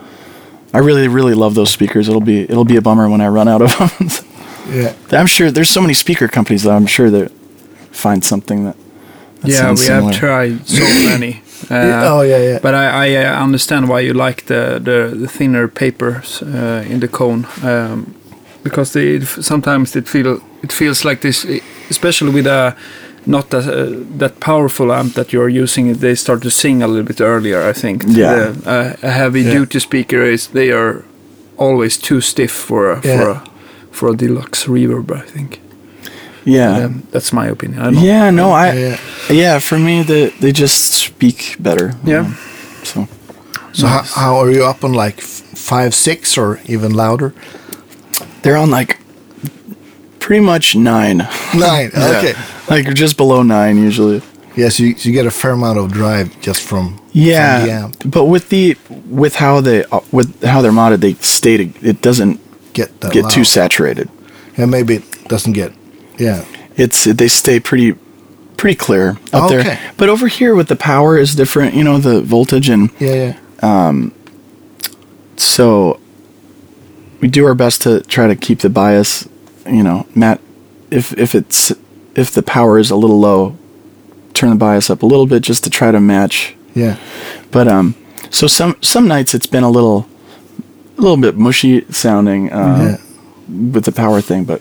S2: I really really love those speakers. It'll be it'll be a bummer when I run out of them.
S3: Yeah,
S2: I'm sure there's so many speaker companies that I'm sure that find something that. that
S1: yeah,
S2: sounds
S1: we
S2: similar.
S1: have tried so many. Uh,
S3: Yeah, oh, yeah, yeah.
S1: But I, I uh, understand why you like the the, the thinner papers uh, in the cone um, because they f- sometimes it feel it feels like this, eh, especially with a not that uh, that powerful amp that you're using. They start to sing a little bit earlier. I think.
S2: Yeah.
S1: The, uh, a heavy
S3: Yeah.
S1: duty speaker is they are always too stiff for a, for
S3: Yeah.
S1: a for a deluxe reverb. I think.
S2: Yeah.
S1: Um, that's my opinion. I don't
S2: yeah, no, I
S3: Yeah.
S2: yeah. for me the they just speak better.
S1: Yeah.
S2: Um, so
S3: So how, how are you up on like f- five, six, or even louder?
S2: they're on like pretty much 9.
S3: Nine. Okay.
S2: Like just below 9 usually.
S3: Yeah, so you, so you get a fair amount of drive just from
S2: Yeah.
S3: from the amp.
S2: But with the with how they uh, with how they're modded they stay to, it doesn't
S3: Get that
S2: get too
S3: loud.
S2: saturated.
S3: Yeah, maybe it doesn't get. Yeah.
S2: it's they stay pretty pretty clear up
S3: Okay.
S2: there. But over here with the power is different, you know, the voltage and
S3: Yeah, yeah.
S2: so we do our best to try to keep the bias, you know, Matt if if it's if the power is a little low, turn the bias up a little bit just to try to match.
S3: Yeah.
S2: But um so some some nights it's been a little a little bit mushy sounding uh,
S3: yeah.
S2: with the power thing, but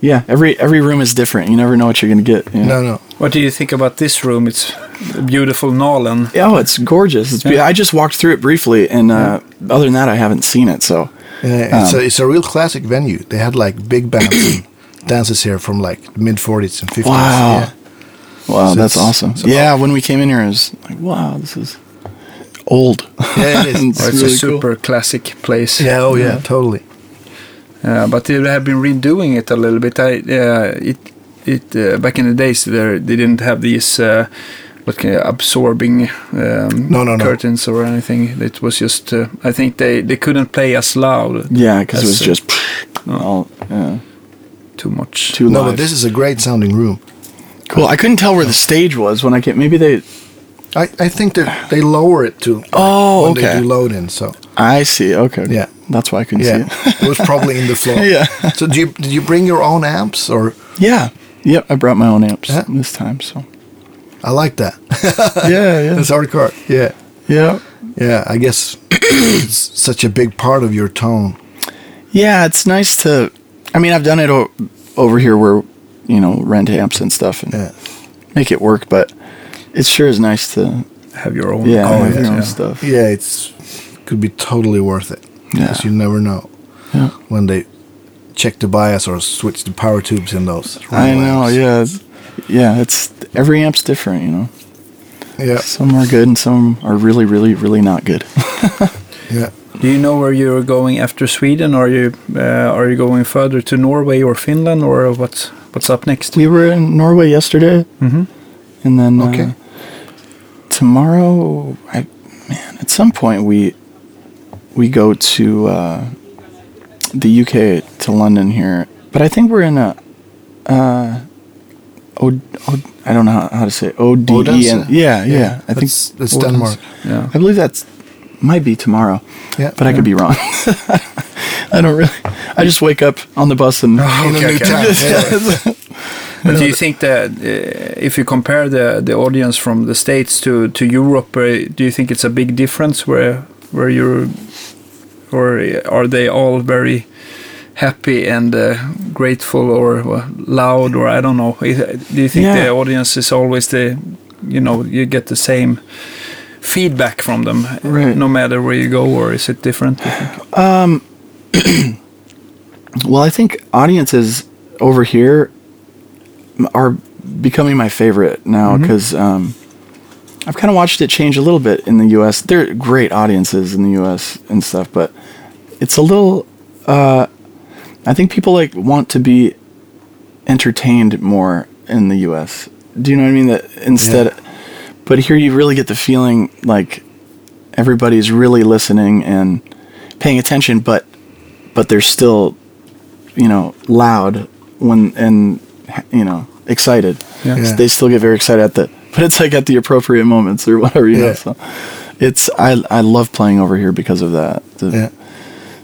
S2: yeah, every every room is different. You never know what you're going to get. you know?
S3: No, no.
S1: What do you think about this room? It's a beautiful Nolan.
S2: Oh, it's gorgeous. It's be-
S1: Yeah.
S2: I just walked through it briefly, and uh, other than that, I haven't seen it. So,
S3: Yeah, it's, a, it's a real classic venue. They had like big bands and dances here from like mid 40s and 50s.
S2: Wow.
S3: Yeah.
S2: wow,
S3: So
S2: that's
S3: it's-
S2: awesome.
S3: so-
S2: yeah, when we came in here, I was like, wow, this is old.
S3: Yeah, it is.
S1: Or
S2: It's
S1: it's a
S2: really cool.
S1: super classic place.
S3: Yeah, oh yeah, totally.
S1: Uh, but they have been redoing it a little bit. I, uh, it it uh, back in the days there they didn't have these uh, like uh, absorbing um,
S3: No, no, no.
S1: curtains or anything. It was just uh, I think they, they couldn't play as loud
S2: yeah, because it was
S1: That's
S2: just all yeah,
S1: too much.
S2: too
S3: Oh. No,
S2: live.
S3: but this is a great sounding room.
S2: cool. I couldn't tell where the stage was when I came. Maybe they.
S3: I, I think that they lower it to
S2: Oh,
S3: when
S2: okay.
S3: they do load in. So
S2: I see. Okay.
S3: Yeah.
S2: that's why I couldn't
S3: yeah,
S2: see it.
S3: it was probably in the floor.
S2: Yeah.
S3: So do you did you bring your own amps or
S2: yeah. Yep. I brought my own amps
S3: Yeah.
S2: this time. So.
S3: I like that.
S2: yeah. Yeah.
S3: That's hardcore. Yeah.
S2: Yeah.
S3: Yeah, I guess it's such a big part of your tone.
S2: Yeah, it's nice to. I mean, I've done it o- over here where you know rent amps and stuff and
S3: Yeah.
S2: make it work, but it sure is nice to
S1: Have your own.
S2: yeah,
S1: colors,
S2: have your own
S1: yeah.
S2: stuff.
S3: Yeah, it's could be totally worth it.
S2: Yeah.
S3: Because you never know
S2: Yeah.
S3: when they check the bias or switch the power tubes in those.
S2: I
S3: real
S2: know.
S3: amps.
S2: Yeah, it's, yeah. It's every amp's different, you know.
S3: Yeah.
S2: Some are good and some are really, really, really not good.
S3: Yeah.
S1: Do you know where you're going after Sweden? Are you uh, are you going further to Norway or Finland or what's what's up next?
S2: we were in Norway yesterday,
S1: Mhm.
S2: and then uh,
S3: Okay.
S2: tomorrow, I man, at some point we we go to uh, the UK to London here, but I think we're in a. Uh, O- O- I don't know how, how to say it. O D E N.
S3: Odense?
S2: Yeah, yeah. I think
S3: That's- that's
S2: Odense.
S3: Denmark.
S1: Yeah.
S2: I believe that's might be tomorrow.
S3: Yeah.
S2: but I could be wrong. I don't really. I just wake up on the bus and
S3: In a
S1: Okay,
S3: new
S1: okay.
S3: town. Oh, Yeah.
S1: But do you think that uh, if you compare the the audience from the states to to Europe, uh, do you think it's a big difference where where you're, or are they all very happy and uh, grateful or uh, loud or I don't know? Is- Do you think the
S2: Yeah.
S1: audience is always the, you know, you get the same feedback from them
S2: Right.
S1: no matter where you go or is it different?
S2: Well, I think audiences over here m- are becoming my favorite now because um, I've kind of watched it change a little bit in the U.S. They're great audiences in the U.S. and stuff, but it's a little. Uh, I think people like want to be entertained more in the U.S. Do you know what I mean? That instead, but here you really get the feeling like everybody's really listening and paying attention, but but they're still you know loud when and you know excited
S1: Yeah.
S3: Yeah.
S2: they still get very excited at the but it's like at the appropriate moments or whatever you know
S3: Yeah.
S2: so it's i i love playing over here because of that the,
S3: Yeah.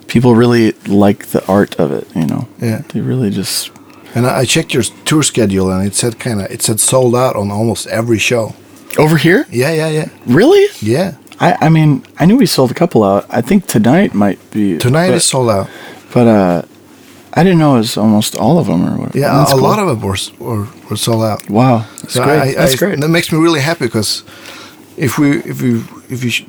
S2: people really like the art of it you know
S3: Yeah.
S2: they really just
S3: And I I checked your tour schedule, and it said kind of it said sold out on almost every show.
S2: over here
S3: Yeah, yeah, yeah,
S2: really
S3: yeah.
S2: i i mean i knew we sold a couple out i think tonight might be
S3: Tonight
S2: but,
S3: is sold out.
S2: but uh I didn't know it was almost all of them or what.
S3: Yeah,
S2: That's
S3: a
S2: cool.
S3: lot of them were s- were, were sold out.
S2: Wow, that's
S3: So
S2: great.
S3: I- I-
S2: that's great.
S3: That makes me really happy because if we if you if you sh-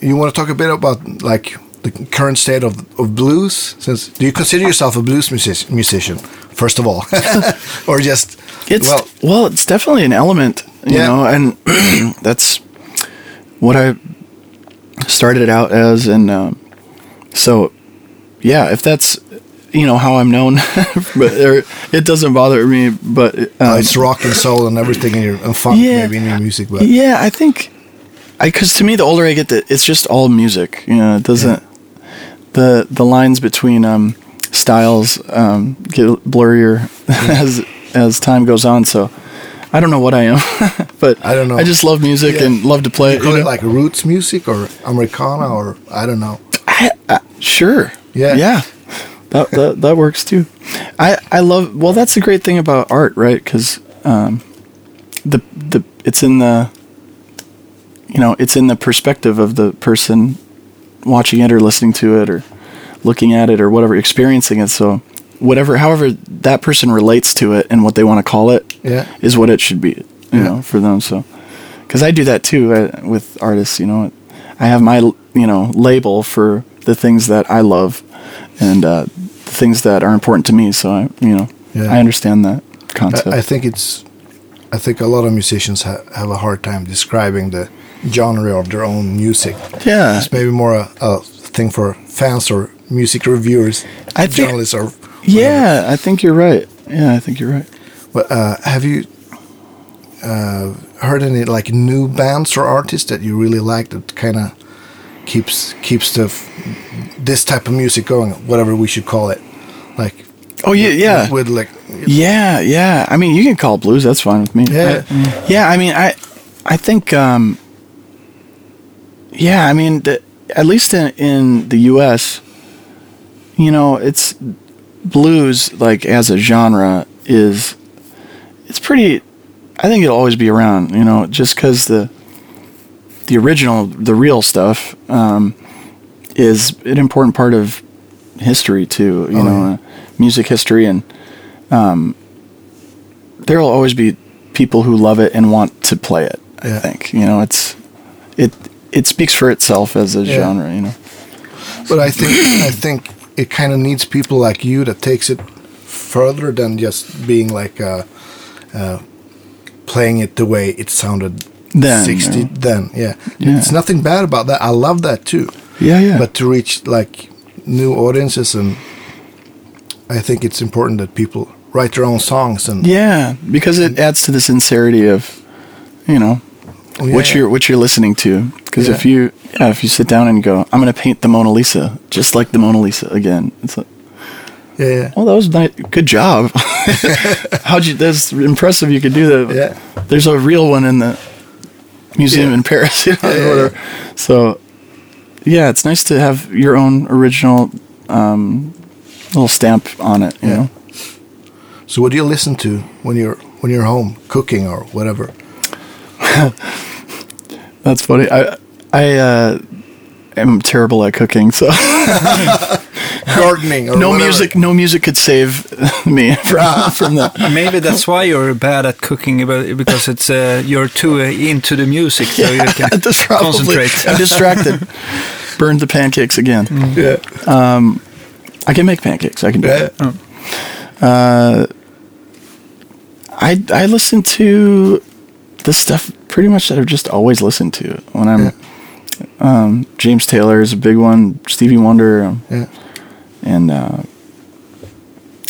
S3: you want to talk a bit about like the current state of, of blues since do you consider yourself a blues music, musician first of all or just
S2: It's
S3: well
S2: well, it's definitely an element, you
S3: Yeah.
S2: know, and that's what I started out as, and um, so yeah, if that's you know how I'm known, but er, it doesn't bother me. But um,
S3: uh, it's rock and soul and everything in your, and funk
S2: Yeah.
S3: maybe in your music but
S2: yeah, I think I because to me the older I get, the, it's just all music. You know, it doesn't the the lines between um, styles um, get blurrier as as time goes on. So I don't know what I am, but
S3: I don't know.
S2: I just love music
S3: Yeah.
S2: and love to play.
S3: you
S2: it,
S3: call
S2: you
S3: it
S2: know?
S3: like roots music or Americana or I don't know
S2: Sure.
S3: Yeah.
S2: Yeah. That, that, that works too. I, I love, well, that's the great thing about art, right? Cause, um, the, the, it's in the, you know, it's in the perspective of the person watching it or listening to it or looking at it or whatever, experiencing it. So whatever, however that person relates to it and what they want to call it is
S3: Yeah.
S2: what it should be, you
S3: Yeah.
S2: know, for them. So, because I do that too uh, with artists. You know, I have my you know label for the things that I love and uh, the things that are important to me. So I you know
S3: Yeah.
S2: I understand that concept.
S3: I, I think it's I think a lot of musicians ha- have a hard time describing the genre of their own music
S2: yeah,
S3: it's maybe more a, a thing for fans or music reviewers,
S2: I think-
S3: journalists, or
S2: yeah. I think you're right. Yeah, I think you're right.
S3: But uh, have you uh, heard any like new bands or artists that you really like that kind of keeps keeps the f- this type of music going, whatever we should call it, like
S2: Oh yeah, yeah,
S3: with like
S2: yeah, yeah. I mean, you can call it blues. That's fine with me.
S3: Yeah.
S2: I, yeah. I mean, I I think um, yeah. I mean, the, at least in in the U.S. you know, it's blues like as a genre is it's pretty I think it'll always be around, you know, just cuz the the original the real stuff um is an important part of history too, you
S3: Oh,
S2: know,
S3: yeah.
S2: uh, music history and um there'll always be people who love it and want to play it, I
S3: Yeah.
S2: think. You know, it's it it speaks for itself as a
S3: Yeah.
S2: genre, you know.
S3: But I think I think it kind of needs people like you that takes it further than just being like uh, uh, playing it the way it sounded
S2: Then,
S3: sixty
S2: yeah.
S3: then. Yeah.
S2: Yeah.
S3: it's nothing bad about that. I love that too.
S2: Yeah, yeah.
S3: But to reach like new audiences, and I think it's important that people write their own songs and
S2: Yeah, because it adds to the sincerity of, you know, what
S3: Oh, Yeah.
S2: you're what you're listening to. Because if
S3: Yeah.
S2: you yeah, if you sit down and go, I'm gonna paint the Mona Lisa just like the Mona Lisa again. It's like,
S3: yeah, yeah.
S2: well, that was nice. Good job. How'd you? That's impressive. You could do that.
S3: Yeah.
S2: There's a real one in the museum in Paris. You know,
S3: Yeah, yeah,
S2: or whatever. So, yeah, it's nice to have your own original um, little stamp on it. You
S3: Yeah.
S2: know.
S3: So what do you listen to when you're when you're home cooking or whatever?
S2: That's funny. I I uh, am terrible at cooking, so
S3: Gardening or
S2: no
S3: whatever. Ah.
S2: music. No music could save me from, from that.
S1: Maybe that's why you're bad at cooking, but- because it's uh, you're too uh, into the music, so you can
S2: That's probably-
S1: concentrate.
S2: I'm distracted. Burned the pancakes again.
S3: Yeah.
S2: I can make pancakes. I can do
S3: Mm. Yeah.
S2: it. I I listen to the stuff pretty much that I've just always listened to when I'm.
S3: Yeah.
S2: Um, James Taylor is a big one. Stevie Wonder. um,
S3: Yeah.
S2: and uh,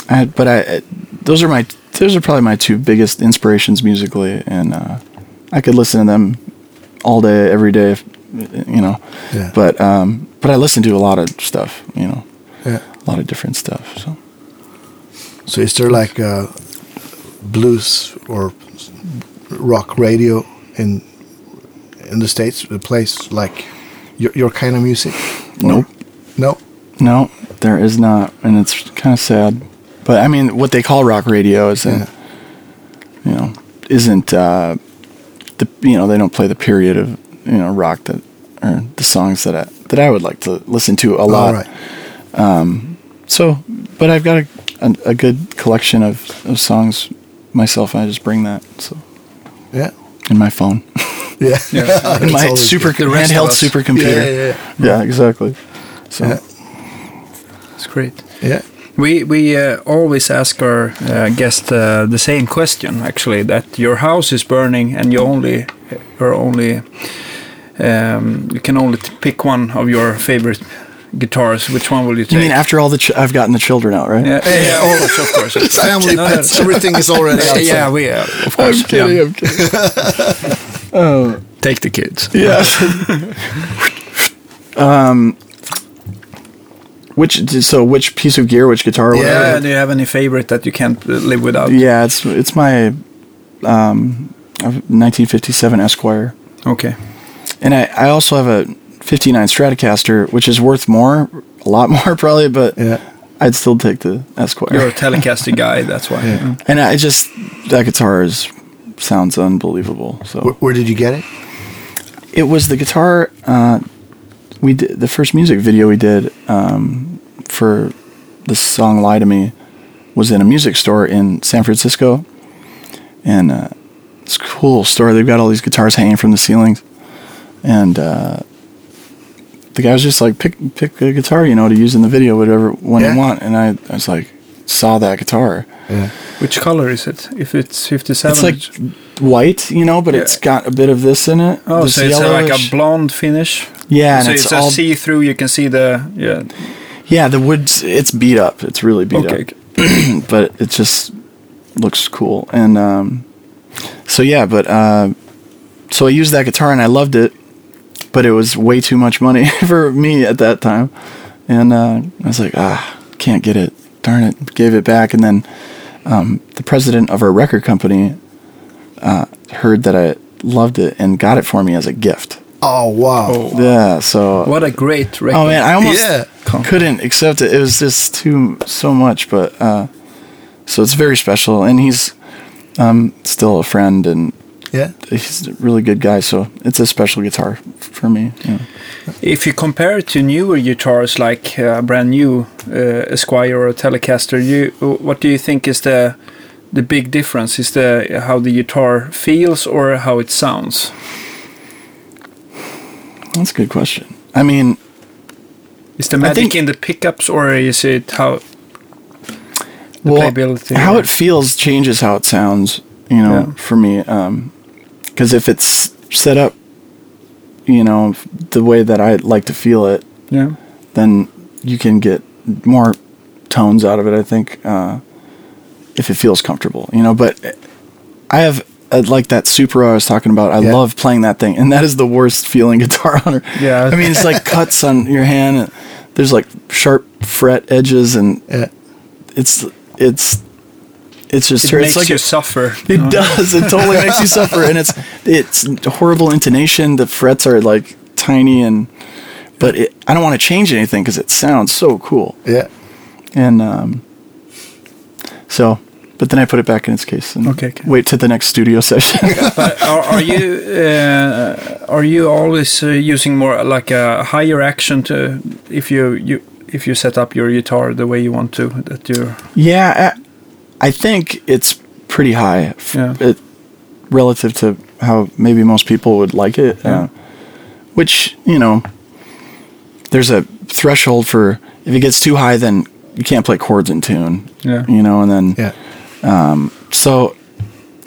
S2: I, but I, I- those are my those are probably my two biggest inspirations musically, and uh, I could listen to them all day, every day, if, you know.
S3: Yeah.
S2: But um, but I listen to a lot of stuff, you know,
S3: Yeah.
S2: a lot of different stuff. So
S3: So is there like uh, blues or rock radio in in the states? that plays like your your kind of music? Or-
S2: Nope.
S3: No.
S2: no, there is not, and it's kind of sad. But I mean, what they call rock radio is,
S3: Yeah.
S2: not you know, isn't uh, the you know they don't play the period of you know rock that or the songs
S3: Oh,
S2: that I that I would like to listen to a
S3: All
S2: lot.
S3: right.
S2: So, but I've got a a, a good collection of, of songs myself, and I just bring that so
S3: Yeah.
S2: in my phone,
S3: Yeah.
S1: Yeah.
S2: in my
S3: It's always
S2: super
S1: The rest of
S2: handheld
S1: us.
S3: good. Yeah,
S2: supercomputer.
S3: yeah,
S2: Yeah, exactly. So
S3: Yeah.
S1: It's great.
S3: yeah. yeah.
S1: We we uh, always ask our uh, guest uh, the same question actually that your house is burning and you only are only um, you can only t- pick one of your favorite guitars. Which one will you take?
S2: you mean after all the ch- I've gotten the children out, right?
S1: yeah, yeah, yeah, all of us, of course.
S3: Family
S1: No,
S3: pets, everything is already
S1: yeah,
S3: outside.
S1: yeah, we uh, of
S2: I'm
S1: course.
S2: kidding.
S1: yeah.
S2: I'm kidding.
S1: Take the kids.
S2: Yes. um, which so which piece of gear, which guitar?
S1: Yeah,
S2: whatever.
S1: do you have any favorite that you can't uh, live without?
S2: yeah. It's it's my um, 1957 Esquire,
S1: Okay.
S2: and I I also have a 59 Stratocaster, which is worth more, a lot more probably, but
S3: Yeah.
S2: I'd still take the Esquire.
S1: You're a Telecaster guy, that's why. Mm.
S3: Yeah.
S2: and I just that guitar is sounds unbelievable. So
S3: Where, where did you get it?
S2: It was the guitar. Uh, we did the first music video we did um, for the song "Lie to Me" was in a music store in San Francisco, and uh, it's a cool store. They've got all these guitars hanging from the ceilings, and uh, the guy was just like, "Pick pick a guitar, you know, to use in the video, whatever one
S3: Yeah.
S2: you want." And I, I was like, saw that guitar.
S3: Yeah.
S1: Which color is it? If it's 57.
S2: It's like white, you know, but
S1: Yeah.
S2: it's got a bit of this in it.
S1: Oh,
S2: this
S1: so it's uh, like
S2: yellowish.
S1: a blonde finish.
S2: Yeah, and
S1: so
S2: it's
S1: it's,
S2: all-
S1: a see-through. You can see the yeah.
S2: Yeah, the wood's it's beat up. It's really beat
S1: Okay,
S2: up, but it just looks cool. And um, so yeah, but uh, so I used that guitar and I loved it, but it was way too much money for me at that time, and uh, I was like, ah, can't get it. Darn it, gave it back. And then um, the president of our record company uh, heard that I loved it and got it for me as a gift.
S3: Oh wow.
S1: Oh,
S2: Yeah, so
S1: what a great record!
S2: Oh man, I almost
S3: Yeah.
S2: couldn't accept it. It was just too so much, but uh, so it's very special, and he's um, still a friend, and
S3: Yeah.
S2: he's a really good guy. So it's a special guitar f- for me. Yeah.
S1: If you compare it to newer guitars like uh, brand new uh, Esquire or Telecaster, you what do you think is the the big difference? Is the how the guitar feels or how it sounds?
S2: That's a good question. I mean,
S1: Is the
S2: I
S1: magic
S2: think-
S1: in the pickups or is it how the
S2: well,
S1: playability?
S2: how
S1: or-
S2: it feels changes how it sounds. You know,
S1: Yeah.
S2: for me, because if it's set up, you know, f- the way that I like to feel it,
S1: yeah.
S2: then you can get more tones out of it. I think uh, if it feels comfortable, you know. But I have uh, like that Supra I was talking about. I
S3: Yeah.
S2: love playing that thing, and that is the worst feeling guitar on her.
S1: Yeah.
S2: I mean it's like cuts on your hand. And there's like sharp fret edges, and
S3: Yeah.
S2: it's it's it's just
S1: It
S2: her-
S1: makes
S2: it's like
S1: you
S2: a-
S1: suffer.
S2: it does. It totally makes you suffer, and it's it's horrible intonation. The frets are like tiny, and but it, I don't want to change anything because it sounds so cool.
S3: Yeah.
S2: And um, so, but then I put it back in its case and
S1: Okay, okay.
S2: wait to the next studio session.
S1: are, are you uh, are you always uh, using more like a higher action to if you you if you set up your guitar the way you want to that you
S2: yeah, I, I think it's pretty high f-
S1: Yeah.
S2: it, relative to how maybe most people would like it.
S1: Yeah.
S2: Uh, which you know, there's a threshold for if it gets too high, then you can't play chords in tune.
S1: Yeah.
S2: you know, and then
S3: Yeah.
S2: so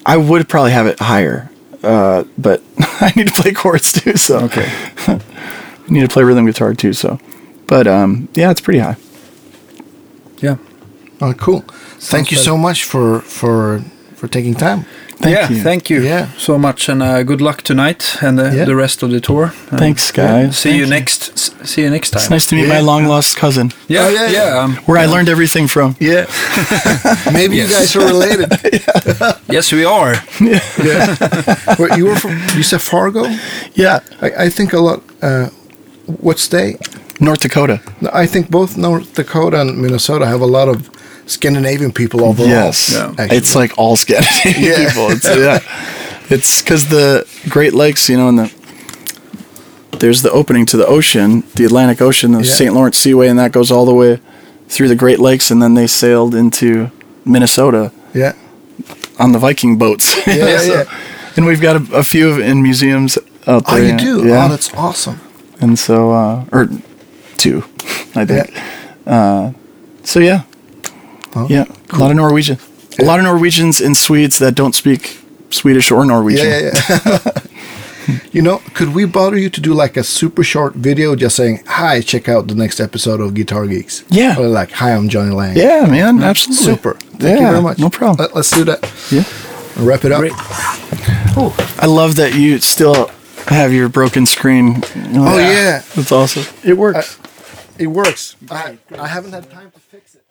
S2: I would probably have it higher, uh, but I need to play chords too. So
S1: okay
S2: I need to play rhythm guitar too. So, but um, yeah, it's pretty high.
S1: yeah
S3: Oh, cool. Thank you
S1: like-
S3: so much for for for taking time.
S2: Thank
S1: yeah
S2: you.
S1: thank you
S3: Yeah.
S1: so much and uh, good luck tonight and uh,
S3: Yeah.
S1: the rest of the tour And uh,
S2: Thanks, guys.
S1: see you next s- see you next time
S2: It's nice to meet my
S3: Yeah.
S2: long lost cousin,
S1: yeah
S3: Oh, yeah,
S1: yeah,
S3: yeah.
S1: um,
S2: where I learned everything from.
S3: Yeah. Maybe you guys are related.
S1: yes we are
S3: Wait, you were from you said Fargo?
S2: Yeah,
S3: I, I think a lot uh what state?
S2: North Dakota.
S3: No, I think both North Dakota and Minnesota have a lot of Scandinavian people overall.
S2: Yes,
S1: Yeah.
S3: actually.
S2: it's like all Scandinavian
S3: Yeah.
S2: people. It's, yeah, it's because the Great Lakes, you know, and the there's the opening to the ocean, the Atlantic Ocean, the
S3: Yeah.
S2: St. Lawrence Seaway, and that goes all the way through the Great Lakes, and then they sailed into Minnesota
S3: Yeah.
S2: on the Viking boats.
S3: Yeah, yeah.
S2: And we've got a, a few in museums out
S3: Oh,
S2: there.
S3: you do?
S2: Yeah.
S3: Oh, that's awesome.
S2: and so, uh, or two, I think. Uh, So yeah,
S3: Oh,
S2: yeah, a lot of Norwegian, a lot of Norwegians and Swedes that don't speak Swedish or
S3: Yeah,
S2: Norwegian.
S3: yeah, yeah. you know, could we bother you to do like a super short video just saying, hi, check out the next episode of Guitar Geeks?
S2: Yeah.
S3: Or like, hi, I'm Johnny Lang.
S2: Yeah, man, absolutely.
S3: Super. Thank you
S2: Yeah,
S3: very much. Uh,
S2: no problem.
S3: Let, us do that.
S2: Yeah.
S3: And wrap it up.
S1: Great.
S2: I love that you still have your broken screen.
S3: Oh, yeah.
S2: that's awesome. It works.
S3: It works. I, I haven't had time to fix it.